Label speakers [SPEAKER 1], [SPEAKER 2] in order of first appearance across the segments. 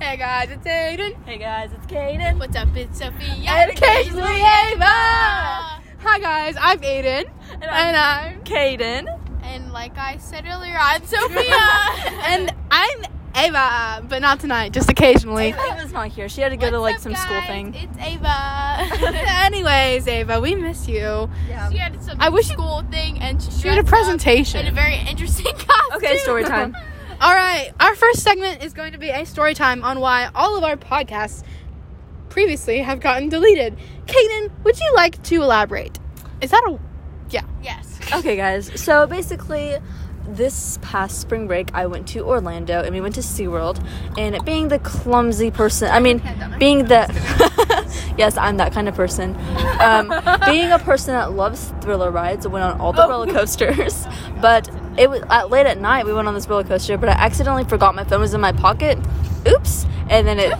[SPEAKER 1] guys, it's Aiden.
[SPEAKER 2] Hey guys, it's Kaden.
[SPEAKER 3] What's up? It's Sophia.
[SPEAKER 1] And occasionally Ava. Hi guys, I'm Aiden.
[SPEAKER 2] And
[SPEAKER 1] And
[SPEAKER 2] I'm
[SPEAKER 1] I'm
[SPEAKER 2] Kaden.
[SPEAKER 3] And like I said earlier, I'm Sophia.
[SPEAKER 1] and I'm Ava, but not tonight, just occasionally.
[SPEAKER 2] Ava's not here. She had to go to
[SPEAKER 3] What's
[SPEAKER 2] like some
[SPEAKER 3] up,
[SPEAKER 2] school
[SPEAKER 3] guys?
[SPEAKER 2] thing.
[SPEAKER 3] It's Ava.
[SPEAKER 1] Anyways, Ava, we miss you.
[SPEAKER 3] she had some
[SPEAKER 1] I wish you-
[SPEAKER 3] school thing and she
[SPEAKER 1] She had a
[SPEAKER 3] dressed up in a
[SPEAKER 1] presentation.
[SPEAKER 3] very interesting costume.
[SPEAKER 2] Okay, story time.
[SPEAKER 1] All right, our first segment is going to be a story time on why all of our podcasts previously have gotten deleted. Kaden, would you like to elaborate? Is that a
[SPEAKER 3] Yes.
[SPEAKER 2] Okay, guys. So basically, this past spring break, I went to Orlando and we went to SeaWorld. And being the clumsy person, I mean, being the. yes, I'm that kind of person. Um, being a person that loves thriller rides, I went on all the roller coasters. But it was at, late at night, we went on this roller coaster, but I accidentally forgot my phone was in my pocket. Oops. And then it,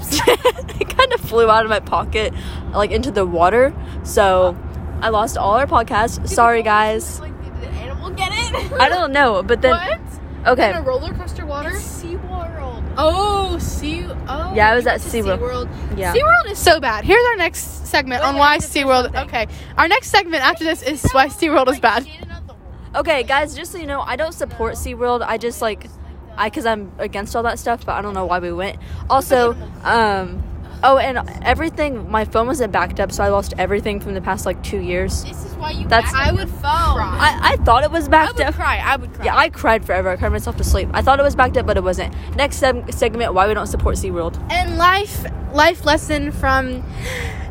[SPEAKER 2] it kind of flew out of my pocket, like into the water. So. I lost all our podcasts. Sorry, guys.
[SPEAKER 3] Like, did the animal get it?
[SPEAKER 2] I don't know, but then
[SPEAKER 3] What?
[SPEAKER 2] okay,
[SPEAKER 1] in a roller coaster water?
[SPEAKER 3] It's SeaWorld.
[SPEAKER 1] Oh, Sea. Oh,
[SPEAKER 2] Yeah, I
[SPEAKER 1] you
[SPEAKER 2] was
[SPEAKER 1] went
[SPEAKER 2] at
[SPEAKER 1] to
[SPEAKER 2] SeaWorld. yeah.
[SPEAKER 1] SeaWorld is so bad. Here's our next segment
[SPEAKER 2] Wait,
[SPEAKER 1] on
[SPEAKER 2] wait, I
[SPEAKER 1] why
[SPEAKER 2] have to say
[SPEAKER 1] SeaWorld.
[SPEAKER 2] something.
[SPEAKER 1] Okay, our next segment after this is why SeaWorld is
[SPEAKER 3] Like,
[SPEAKER 1] bad.
[SPEAKER 3] shit out the world.
[SPEAKER 2] Okay, guys, just so you know, I don't support
[SPEAKER 3] No.
[SPEAKER 2] SeaWorld. I just like
[SPEAKER 3] Like the-
[SPEAKER 2] I cuz I'm against all that stuff, but I don't know why we went. Also, um oh, and everything my phone wasn't backed up, so I lost everything from the past like 2 years.
[SPEAKER 3] This is why you.
[SPEAKER 2] That's-
[SPEAKER 3] act
[SPEAKER 1] I
[SPEAKER 3] on
[SPEAKER 1] would
[SPEAKER 3] your phone.
[SPEAKER 1] cry.
[SPEAKER 2] I, I thought it was
[SPEAKER 3] I
[SPEAKER 2] backed
[SPEAKER 3] would
[SPEAKER 2] up.
[SPEAKER 3] cry. I would cry.
[SPEAKER 2] Yeah, I cried forever. I cried myself to sleep. I thought it was backed up, but it wasn't. Next seg- segment, why we don't support SeaWorld.
[SPEAKER 1] And life, life lesson from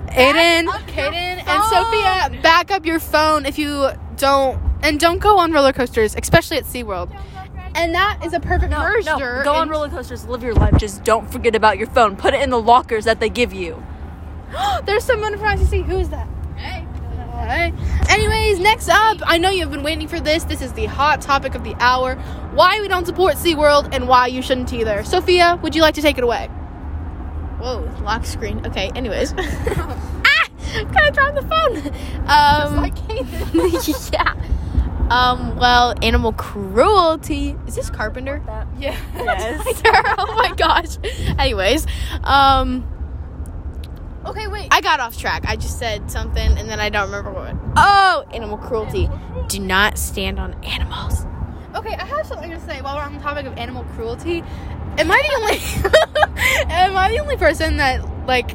[SPEAKER 1] Aiden,
[SPEAKER 3] up your
[SPEAKER 1] Kaden,
[SPEAKER 3] phone.
[SPEAKER 1] and Sophia: back up your phone if you don't, and don't go on roller coasters, especially at SeaWorld. And that is a perfect
[SPEAKER 2] No,
[SPEAKER 1] merger.
[SPEAKER 2] no, go on
[SPEAKER 1] into-
[SPEAKER 2] roller coasters, live your life. Just don't forget about your phone. Put it in the lockers that they give you.
[SPEAKER 1] There's someone from ICC. Who is that?
[SPEAKER 3] Hey.
[SPEAKER 1] Alright. Anyways, next up, I know you've been waiting for this. This is the hot topic of the hour why we don't support SeaWorld and why you shouldn't either. Sophia, would you like to take it away?
[SPEAKER 3] Whoa, lock screen. Okay, anyways. Ah!
[SPEAKER 1] Gotta drop the phone.
[SPEAKER 3] Um,
[SPEAKER 1] like
[SPEAKER 3] yeah. Um, well, animal cruelty. Is this Carpenter?
[SPEAKER 1] Yeah.
[SPEAKER 2] Yes.
[SPEAKER 3] oh my gosh. Anyways, um,
[SPEAKER 1] okay, wait.
[SPEAKER 3] I got off track. I just said something and then I don't remember what. Oh, animal cruelty. Do not stand on animals.
[SPEAKER 1] Okay, I have something to say while we're on the topic of animal cruelty. Am I the only Am I the only person that like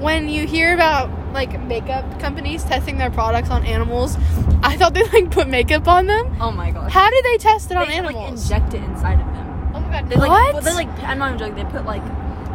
[SPEAKER 1] when you hear about like makeup companies testing their products on animals, I thought they like put makeup on them.
[SPEAKER 2] Oh my gosh.
[SPEAKER 1] How do they test it on
[SPEAKER 2] they,
[SPEAKER 1] animals?
[SPEAKER 2] Like, inject it inside of them.
[SPEAKER 1] oh my god.
[SPEAKER 2] They like,
[SPEAKER 1] what?
[SPEAKER 2] Well, they like. I'm not even joking. They put like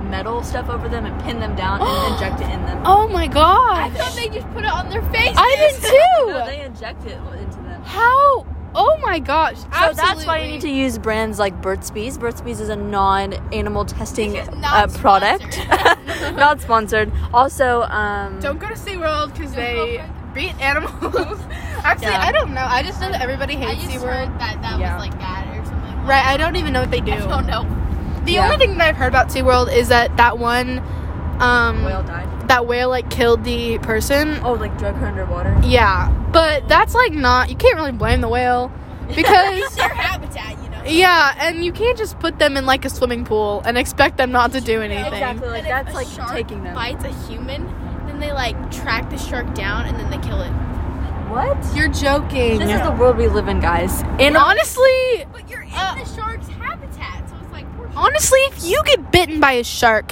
[SPEAKER 2] metal stuff over them and pin them down and inject it in them.
[SPEAKER 1] oh my god.
[SPEAKER 3] thought they just put it on their face.
[SPEAKER 1] I did
[SPEAKER 2] No,
[SPEAKER 1] too.
[SPEAKER 2] they inject it into them.
[SPEAKER 1] How? Oh my gosh.
[SPEAKER 2] So that's why you need to use brands like Burt's Bees. Burt's Bees is a non-animal testing
[SPEAKER 3] This is
[SPEAKER 2] uh,
[SPEAKER 3] not
[SPEAKER 2] product,
[SPEAKER 3] sponsored.
[SPEAKER 2] not sponsored. Also, um,
[SPEAKER 1] Don't go to SeaWorld because
[SPEAKER 3] they
[SPEAKER 1] they beat animals. Actually,
[SPEAKER 2] Yeah.
[SPEAKER 1] I don't know. I just know that everybody
[SPEAKER 3] I
[SPEAKER 1] hates
[SPEAKER 3] just
[SPEAKER 1] SeaWorld.
[SPEAKER 3] heard that that
[SPEAKER 2] Yeah.
[SPEAKER 3] was like bad or something.
[SPEAKER 1] Right, I don't even know what they do.
[SPEAKER 3] I don't know.
[SPEAKER 1] The
[SPEAKER 2] Yeah.
[SPEAKER 1] only thing that I've heard about SeaWorld is that that one, um,
[SPEAKER 2] whale died.
[SPEAKER 1] that whale like killed the person.
[SPEAKER 2] Oh, like drug her underwater.
[SPEAKER 1] Yeah, but that's like not. You can't really blame the whale because.
[SPEAKER 3] It's their habitat, you know.
[SPEAKER 1] Yeah, and you can't just put them in like a swimming pool and expect them not to do anything.
[SPEAKER 2] Exactly. Like
[SPEAKER 3] And
[SPEAKER 2] that's
[SPEAKER 3] if a
[SPEAKER 2] like
[SPEAKER 3] shark
[SPEAKER 2] taking them.
[SPEAKER 3] bites a human, then they like track the shark down and then they kill it.
[SPEAKER 2] What?
[SPEAKER 1] You're joking.
[SPEAKER 2] This is the world we live in, guys. And
[SPEAKER 1] honestly,
[SPEAKER 3] But you're in
[SPEAKER 1] Uh,
[SPEAKER 3] the shark's habitat, so it's like poor shark.
[SPEAKER 1] honestly, if you get bitten by a shark,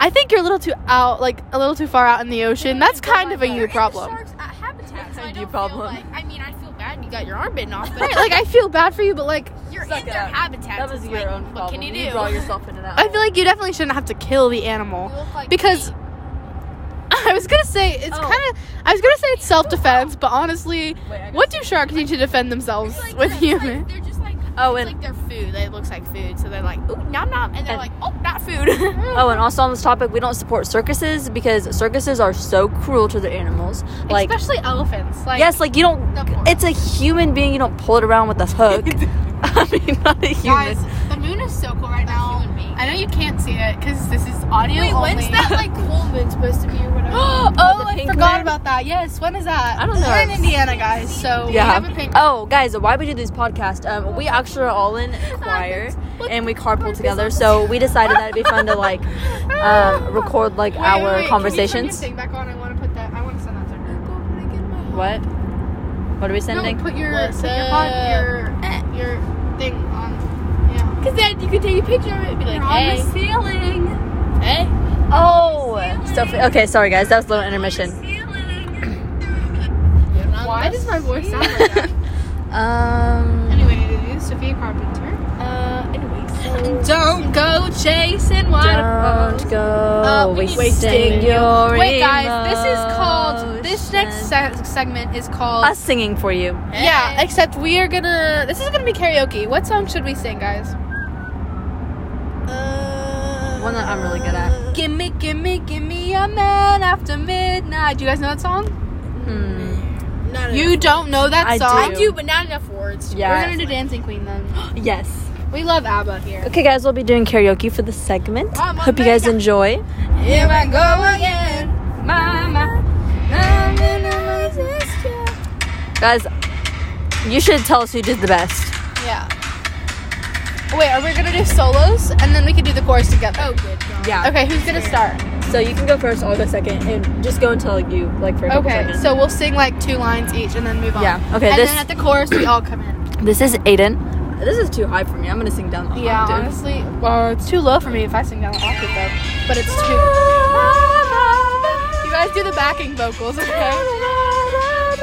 [SPEAKER 1] I think you're a little too out, like a little too far out in the ocean. That's kind of a
[SPEAKER 3] You're
[SPEAKER 1] you
[SPEAKER 3] in the
[SPEAKER 1] problem.
[SPEAKER 3] shark's, uh, habitat, so I
[SPEAKER 2] You
[SPEAKER 3] don't feel
[SPEAKER 2] problem.
[SPEAKER 3] like- I mean, I feel bad. You got your arm bitten off, but
[SPEAKER 1] Right, like I feel bad for you, but like
[SPEAKER 3] you're
[SPEAKER 2] Suck
[SPEAKER 3] in
[SPEAKER 2] it
[SPEAKER 3] their
[SPEAKER 2] up.
[SPEAKER 3] habitat.
[SPEAKER 2] that
[SPEAKER 3] so
[SPEAKER 2] was
[SPEAKER 3] it's
[SPEAKER 2] your
[SPEAKER 3] like,
[SPEAKER 2] own
[SPEAKER 3] what
[SPEAKER 2] problem.
[SPEAKER 3] can you do?
[SPEAKER 2] draw yourself into that.
[SPEAKER 1] I feel like you definitely shouldn't have to kill the animal.
[SPEAKER 3] You look like
[SPEAKER 1] Because-
[SPEAKER 3] me.
[SPEAKER 1] I was gonna say it's
[SPEAKER 2] Oh.
[SPEAKER 1] kind of. I was gonna say it's self-defense, but honestly, what do sharks need to defend themselves
[SPEAKER 3] It's like-
[SPEAKER 1] with
[SPEAKER 3] it's like-
[SPEAKER 1] humans?
[SPEAKER 3] they're just like
[SPEAKER 2] Oh,
[SPEAKER 3] it's
[SPEAKER 2] and-
[SPEAKER 3] like their food. It looks like food, so they're like ooh nom nom, and they're
[SPEAKER 2] And-
[SPEAKER 3] like oh not food.
[SPEAKER 2] Oh, and also on this topic, we don't support circuses because circuses are so cruel to the animals. Like,
[SPEAKER 1] Especially elephants. Like,
[SPEAKER 2] yes, like you don't.
[SPEAKER 3] The poor.
[SPEAKER 2] It's a human being. You don't pull it around with a hook. I mean, not a human.
[SPEAKER 3] the moon is so cool right now.
[SPEAKER 1] I know you can't see it because this is audio
[SPEAKER 3] Wait,
[SPEAKER 1] only.
[SPEAKER 3] when's that like full moon supposed to be or whatever?
[SPEAKER 1] oh,
[SPEAKER 2] Oh, the
[SPEAKER 1] I
[SPEAKER 2] pink
[SPEAKER 1] forgot
[SPEAKER 2] moon?
[SPEAKER 1] about that. Yes, when is that?
[SPEAKER 2] I don't know.
[SPEAKER 1] We're in Indiana, guys, so
[SPEAKER 2] Yeah.
[SPEAKER 1] we have a pink.
[SPEAKER 2] Oh, guys, why we do these podcasts? Um, we actually are all in choir and we carpool together, so we decided that it'd be fun to like um, record like
[SPEAKER 1] Wait, wait, wait,
[SPEAKER 2] our
[SPEAKER 1] can you turn
[SPEAKER 2] conversations.
[SPEAKER 1] your thing back on? I want to put that. I want to send that to her.
[SPEAKER 2] What? What are we sending?
[SPEAKER 1] No, put your
[SPEAKER 3] What's
[SPEAKER 1] put your, pod,
[SPEAKER 3] up?
[SPEAKER 1] your your thing on. Yeah.
[SPEAKER 3] Because then you could take a picture of it and be like, hey,
[SPEAKER 1] ceiling.
[SPEAKER 3] hey.
[SPEAKER 2] oh, stuff. Okay, sorry guys, that was a little intermission.
[SPEAKER 3] you're on
[SPEAKER 1] Why
[SPEAKER 3] the
[SPEAKER 1] does my voice sound
[SPEAKER 3] ceiling.
[SPEAKER 1] like that?
[SPEAKER 2] Um.
[SPEAKER 1] anyway, it is Sophia Carpenter.
[SPEAKER 3] Uh, anyway, so.
[SPEAKER 1] Don't go chasing waterfalls.
[SPEAKER 2] Don't go
[SPEAKER 1] Uh, we need-
[SPEAKER 2] wasting,
[SPEAKER 3] wasting
[SPEAKER 2] your
[SPEAKER 1] Wait, guys, this is called. This next
[SPEAKER 2] emotions.
[SPEAKER 1] se- segment is called.
[SPEAKER 2] us singing for you.
[SPEAKER 1] Yeah, except we are gonna. This is gonna be karaoke. What song should we sing, guys?
[SPEAKER 3] Uh,
[SPEAKER 2] One that I'm really good at.
[SPEAKER 1] Gimme, gimme, gimme a man after midnight. Do you guys know that song?
[SPEAKER 2] Hmm.
[SPEAKER 3] Not
[SPEAKER 1] You don't know that
[SPEAKER 2] I
[SPEAKER 1] song.
[SPEAKER 3] I do, but not enough words.
[SPEAKER 2] Yeah.
[SPEAKER 1] We're gonna do Dancing Queen then.
[SPEAKER 2] Yes.
[SPEAKER 1] We love ABBA here.
[SPEAKER 2] Okay, guys, we'll be doing karaoke for the segment.
[SPEAKER 1] Mama,
[SPEAKER 2] Hope you guys
[SPEAKER 1] mega.
[SPEAKER 2] enjoy.
[SPEAKER 1] Here I go again, mama. I'm in a sister.
[SPEAKER 2] Guys, you should tell us who did the best.
[SPEAKER 1] Yeah. Wait, are we gonna do solos and then we can do the chorus together?
[SPEAKER 3] Oh, good. God.
[SPEAKER 2] Yeah.
[SPEAKER 1] Okay, who's gonna start?
[SPEAKER 2] So you can go first, I'll go second, and just go until you like for a couple
[SPEAKER 1] Okay,
[SPEAKER 2] seconds.
[SPEAKER 1] so we'll sing like two lines each and then move on.
[SPEAKER 2] Yeah, okay,
[SPEAKER 1] And
[SPEAKER 2] this-
[SPEAKER 1] then at the chorus we all come in.
[SPEAKER 2] this is Aiden. This is too high for me. I'm gonna sing down the
[SPEAKER 1] Yeah,
[SPEAKER 2] octave.
[SPEAKER 1] honestly, well, it's too low for me if I sing down the octave though. But it's too. You guys do the backing vocals, okay?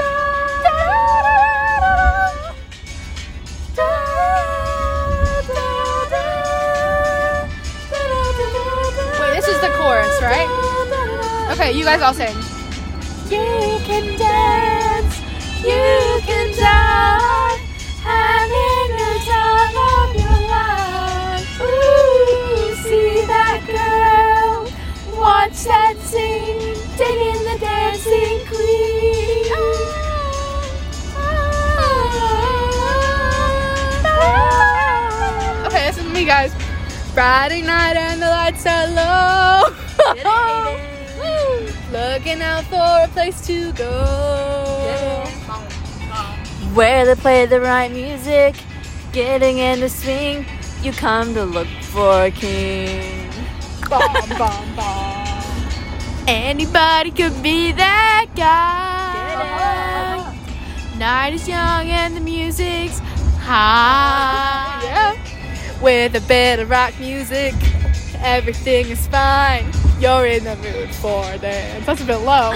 [SPEAKER 1] Wait, this is the chorus, right? Okay, you guys all sing.
[SPEAKER 2] You can dance, you can die, having the time of your life. Ooh, see that girl, watch that sing, digging the dancing queen.
[SPEAKER 1] Okay, listen to me, guys. Friday night and the lights are low. Looking out for a place to go.
[SPEAKER 2] Where they play the right music, getting in the swing, you come to look for a king.
[SPEAKER 1] Bomb, bomb, bomb.
[SPEAKER 3] Anybody could be that guy. Night is young and the music's high.
[SPEAKER 1] Yeah. With a bit of rock music, everything is fine. You're in the mood for dance. That's a bit low.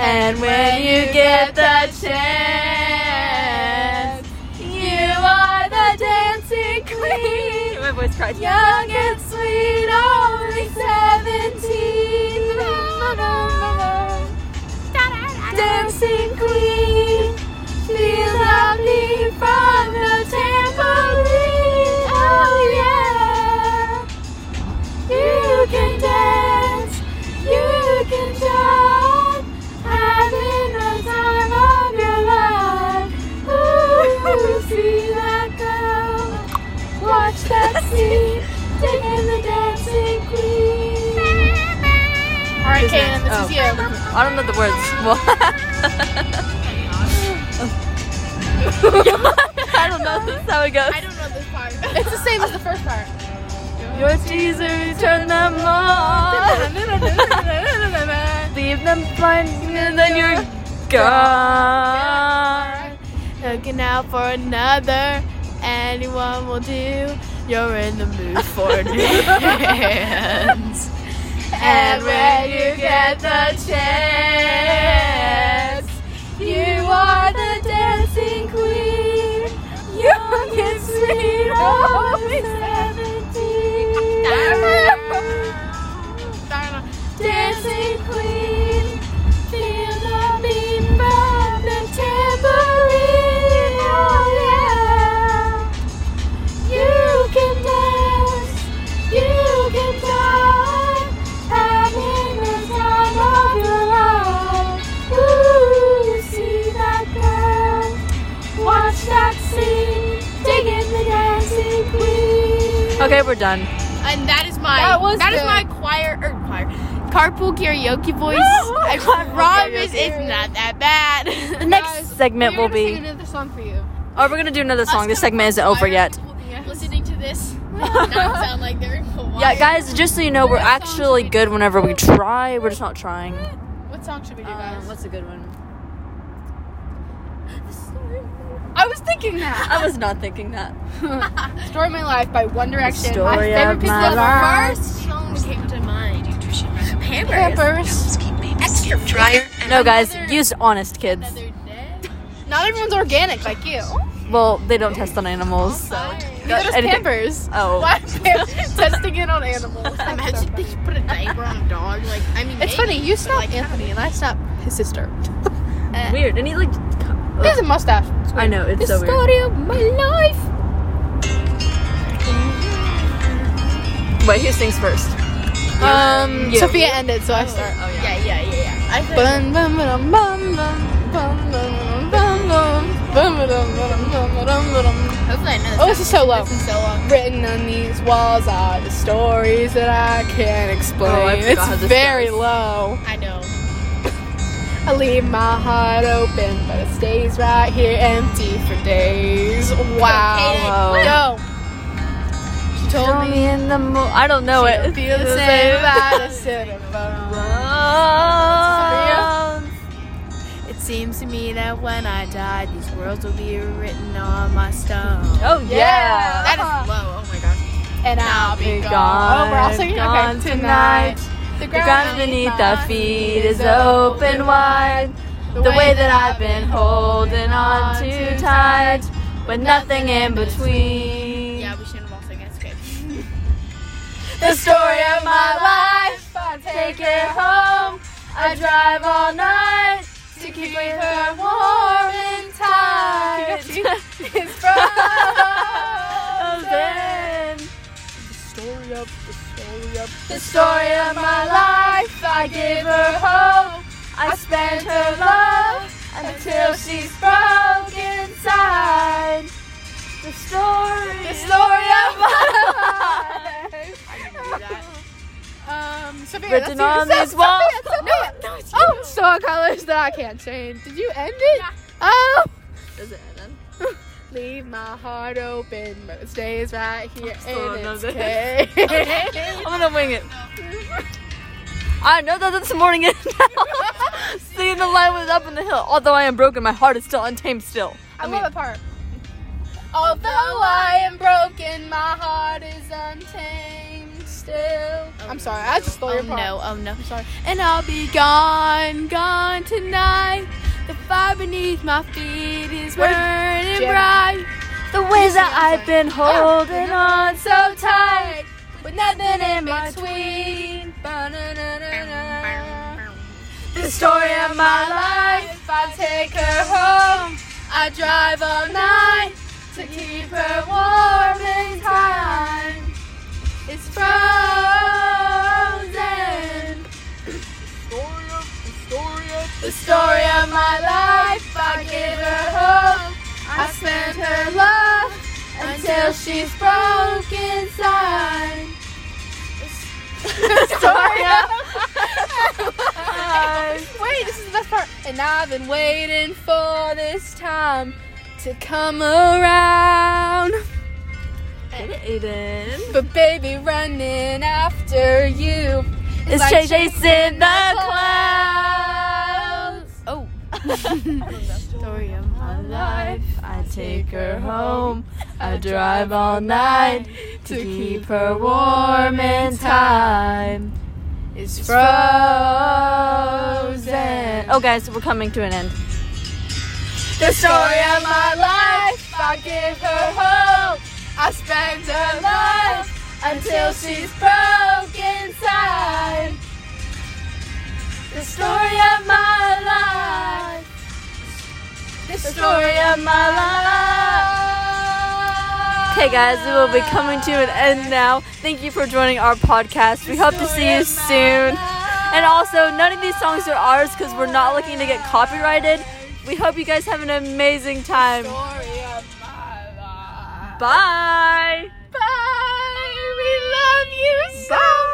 [SPEAKER 2] And when you get the chance, you are the dancing queen. My voice cries. Young and sweet, only 17. Dancing queen, feel love me from the tambourine. Oh yeah. You can dance, you can jump, having the time of your life. Ooh, see that girl, watch that scene, taking the dancing queen.
[SPEAKER 1] All right, Kaden, this is you.
[SPEAKER 2] I don't know the words. I don't know. This is how it goes.
[SPEAKER 3] I don't know this part.
[SPEAKER 1] It's the same as the first part.
[SPEAKER 2] Your teasers turn them on. Leave them blinding and then you're gone.
[SPEAKER 3] Looking out for another, anyone will do. You're in the mood for dance. and when you get the chance, you are the dancing queen. Young and sweet, always 17. dancing queen, feel the beat from the tambourine. Oh yeah, you can dance, you can die, having the time of your life. Ooh, see that girl.
[SPEAKER 2] Okay, we're done.
[SPEAKER 3] And that is my
[SPEAKER 1] That was
[SPEAKER 3] that is
[SPEAKER 1] good.
[SPEAKER 3] my choir or choir carpool karaoke voice. I
[SPEAKER 2] Carpool
[SPEAKER 3] promise
[SPEAKER 1] karaoke.
[SPEAKER 3] it's not that bad.
[SPEAKER 2] The next
[SPEAKER 1] Guys,
[SPEAKER 2] segment
[SPEAKER 1] we're
[SPEAKER 2] will
[SPEAKER 1] gonna
[SPEAKER 2] be.
[SPEAKER 1] sing another song for you.
[SPEAKER 2] oh, we're gonna do another song. This segment isn't over yet.
[SPEAKER 3] Listening to this, not sound like they're in Hawaii.
[SPEAKER 2] Yeah, guys, just so you know, we're actually good whenever we try. We're just not trying.
[SPEAKER 1] What song should we do, guys?
[SPEAKER 2] Um, what's a good one?
[SPEAKER 1] I was thinking that.
[SPEAKER 2] I was not thinking that.
[SPEAKER 1] Story of My Life by One Direction.
[SPEAKER 2] Story
[SPEAKER 1] my favorite
[SPEAKER 2] of
[SPEAKER 1] piece
[SPEAKER 2] my
[SPEAKER 1] of
[SPEAKER 2] life.
[SPEAKER 3] First song that came to mind. Hammer.
[SPEAKER 1] Pampers.
[SPEAKER 4] Extra dryer.
[SPEAKER 2] No, guys,
[SPEAKER 1] Another-
[SPEAKER 2] use honest kids.
[SPEAKER 1] Not everyone's organic like you.
[SPEAKER 2] Well, they don't test on animals. So.
[SPEAKER 1] Neither does
[SPEAKER 2] anything-
[SPEAKER 1] Pampers.
[SPEAKER 2] Oh,
[SPEAKER 1] Why are Pampers testing it on animals? That's so
[SPEAKER 3] Imagine
[SPEAKER 1] funny.
[SPEAKER 3] they put a diaper on a dog. Like I mean,
[SPEAKER 1] It's funny, you snap Anthony and I snap his sister.
[SPEAKER 2] weird. And he like.
[SPEAKER 1] He has a mustache.
[SPEAKER 2] I know it's
[SPEAKER 1] This
[SPEAKER 2] so weird.
[SPEAKER 1] story of my life.
[SPEAKER 2] Wait, who sings first?
[SPEAKER 1] Um,
[SPEAKER 2] you.
[SPEAKER 1] Sophia ended, so I start.
[SPEAKER 2] Oh
[SPEAKER 3] Yeah, yeah, yeah, yeah. I think
[SPEAKER 1] Bum, bum, ba-dum, bum, bum, bum, bum, bum, bum, bum, bum, ba-dum, ba-dum, bum, ba-dum, ba-dum.
[SPEAKER 3] hopefully I know.
[SPEAKER 1] Oh, this is so low.
[SPEAKER 3] This is so long.
[SPEAKER 1] Written on these walls are the stories that I can't explain.
[SPEAKER 2] Oh, I forgot how
[SPEAKER 1] it's
[SPEAKER 2] this
[SPEAKER 1] very
[SPEAKER 2] goes.
[SPEAKER 1] low.
[SPEAKER 3] I know.
[SPEAKER 1] I leave my heart open, but it stays right here empty for days.
[SPEAKER 3] Oh.
[SPEAKER 1] Wow.
[SPEAKER 2] Okay,
[SPEAKER 1] Go. She told
[SPEAKER 2] Told
[SPEAKER 1] me
[SPEAKER 2] me in the mo- I don't know
[SPEAKER 1] I
[SPEAKER 2] it. Oh,
[SPEAKER 1] feel the same about a cinema.
[SPEAKER 3] It seems to me that when I die, these words will be written on my stone.
[SPEAKER 2] Oh
[SPEAKER 1] Yeah.
[SPEAKER 2] yeah.
[SPEAKER 3] That is low. Oh my gosh.
[SPEAKER 1] And I'll be gone. Oh, we're all singing
[SPEAKER 2] gone
[SPEAKER 1] okay, tonight. The
[SPEAKER 2] The ground beneath our feet is open wide. The way that I've been holding on too tight, with nothing in between.
[SPEAKER 3] we shouldn't walk against it.
[SPEAKER 2] The story of my life. I take it home. I drive all night to keep her warm and tight. it's frozen.
[SPEAKER 1] Story up, the story up.
[SPEAKER 2] The story of my life, I give her hope. I spend her love until she's broke inside. The story, the story of my life.
[SPEAKER 1] Um, Sophia, that's
[SPEAKER 2] Written
[SPEAKER 1] you.
[SPEAKER 2] on
[SPEAKER 1] Sophia,
[SPEAKER 2] these walls.
[SPEAKER 1] Sophia, Sophia. Oh, so colors that I can't change. Did you end it? Oh.
[SPEAKER 2] Does it end?
[SPEAKER 1] Leave my heart open, but it stays right here.
[SPEAKER 2] still
[SPEAKER 1] and
[SPEAKER 2] don't
[SPEAKER 1] it's
[SPEAKER 2] know
[SPEAKER 1] okay.
[SPEAKER 2] I'm gonna wing it. I know that this morning is now. Singing the line was up on the hill. Although I am broken, my heart is still untamed still.
[SPEAKER 1] I love that part. Although I am broken, my heart is untamed still. I'm sorry, I just stole
[SPEAKER 3] Oh
[SPEAKER 1] your part.
[SPEAKER 3] no, oh no.
[SPEAKER 1] sorry.
[SPEAKER 3] And I'll be gone, gone tonight. The fire beneath my feet is burning
[SPEAKER 1] Jen?
[SPEAKER 3] bright.
[SPEAKER 2] The ways that I've been holding on so tight. With nothing in between.
[SPEAKER 1] Ba-na-na-na-na.
[SPEAKER 2] The story of my life.
[SPEAKER 1] I take her home.
[SPEAKER 2] I drive all night to keep her warm in time. It's frozen. The story of my life, I give her hope. I spend her love until she's broke inside. The story of
[SPEAKER 1] Wait, this is the best part. And I've been waiting for this time to come around.
[SPEAKER 2] Aiden.
[SPEAKER 1] But baby, running after you.
[SPEAKER 2] It's
[SPEAKER 1] like
[SPEAKER 2] JJ in the clouds.
[SPEAKER 1] Oh.
[SPEAKER 2] Story of my life. I take her home. I drive all night to keep her warm in time.
[SPEAKER 1] It's
[SPEAKER 2] Frozen. Oh, guys, we're coming to an end.
[SPEAKER 1] The story of my life, I give her hope. I spend her life until she's broke inside.
[SPEAKER 2] The story of my life.
[SPEAKER 1] The
[SPEAKER 2] The story of my life. Okay, guys, we will be coming to an end now. Thank you for joining our podcast. We hope to see you soon. And also, none of these songs are ours because we're not looking to get copyrighted. We hope you guys have an amazing time.
[SPEAKER 1] story of my life.
[SPEAKER 2] Bye.
[SPEAKER 1] Bye. yourself.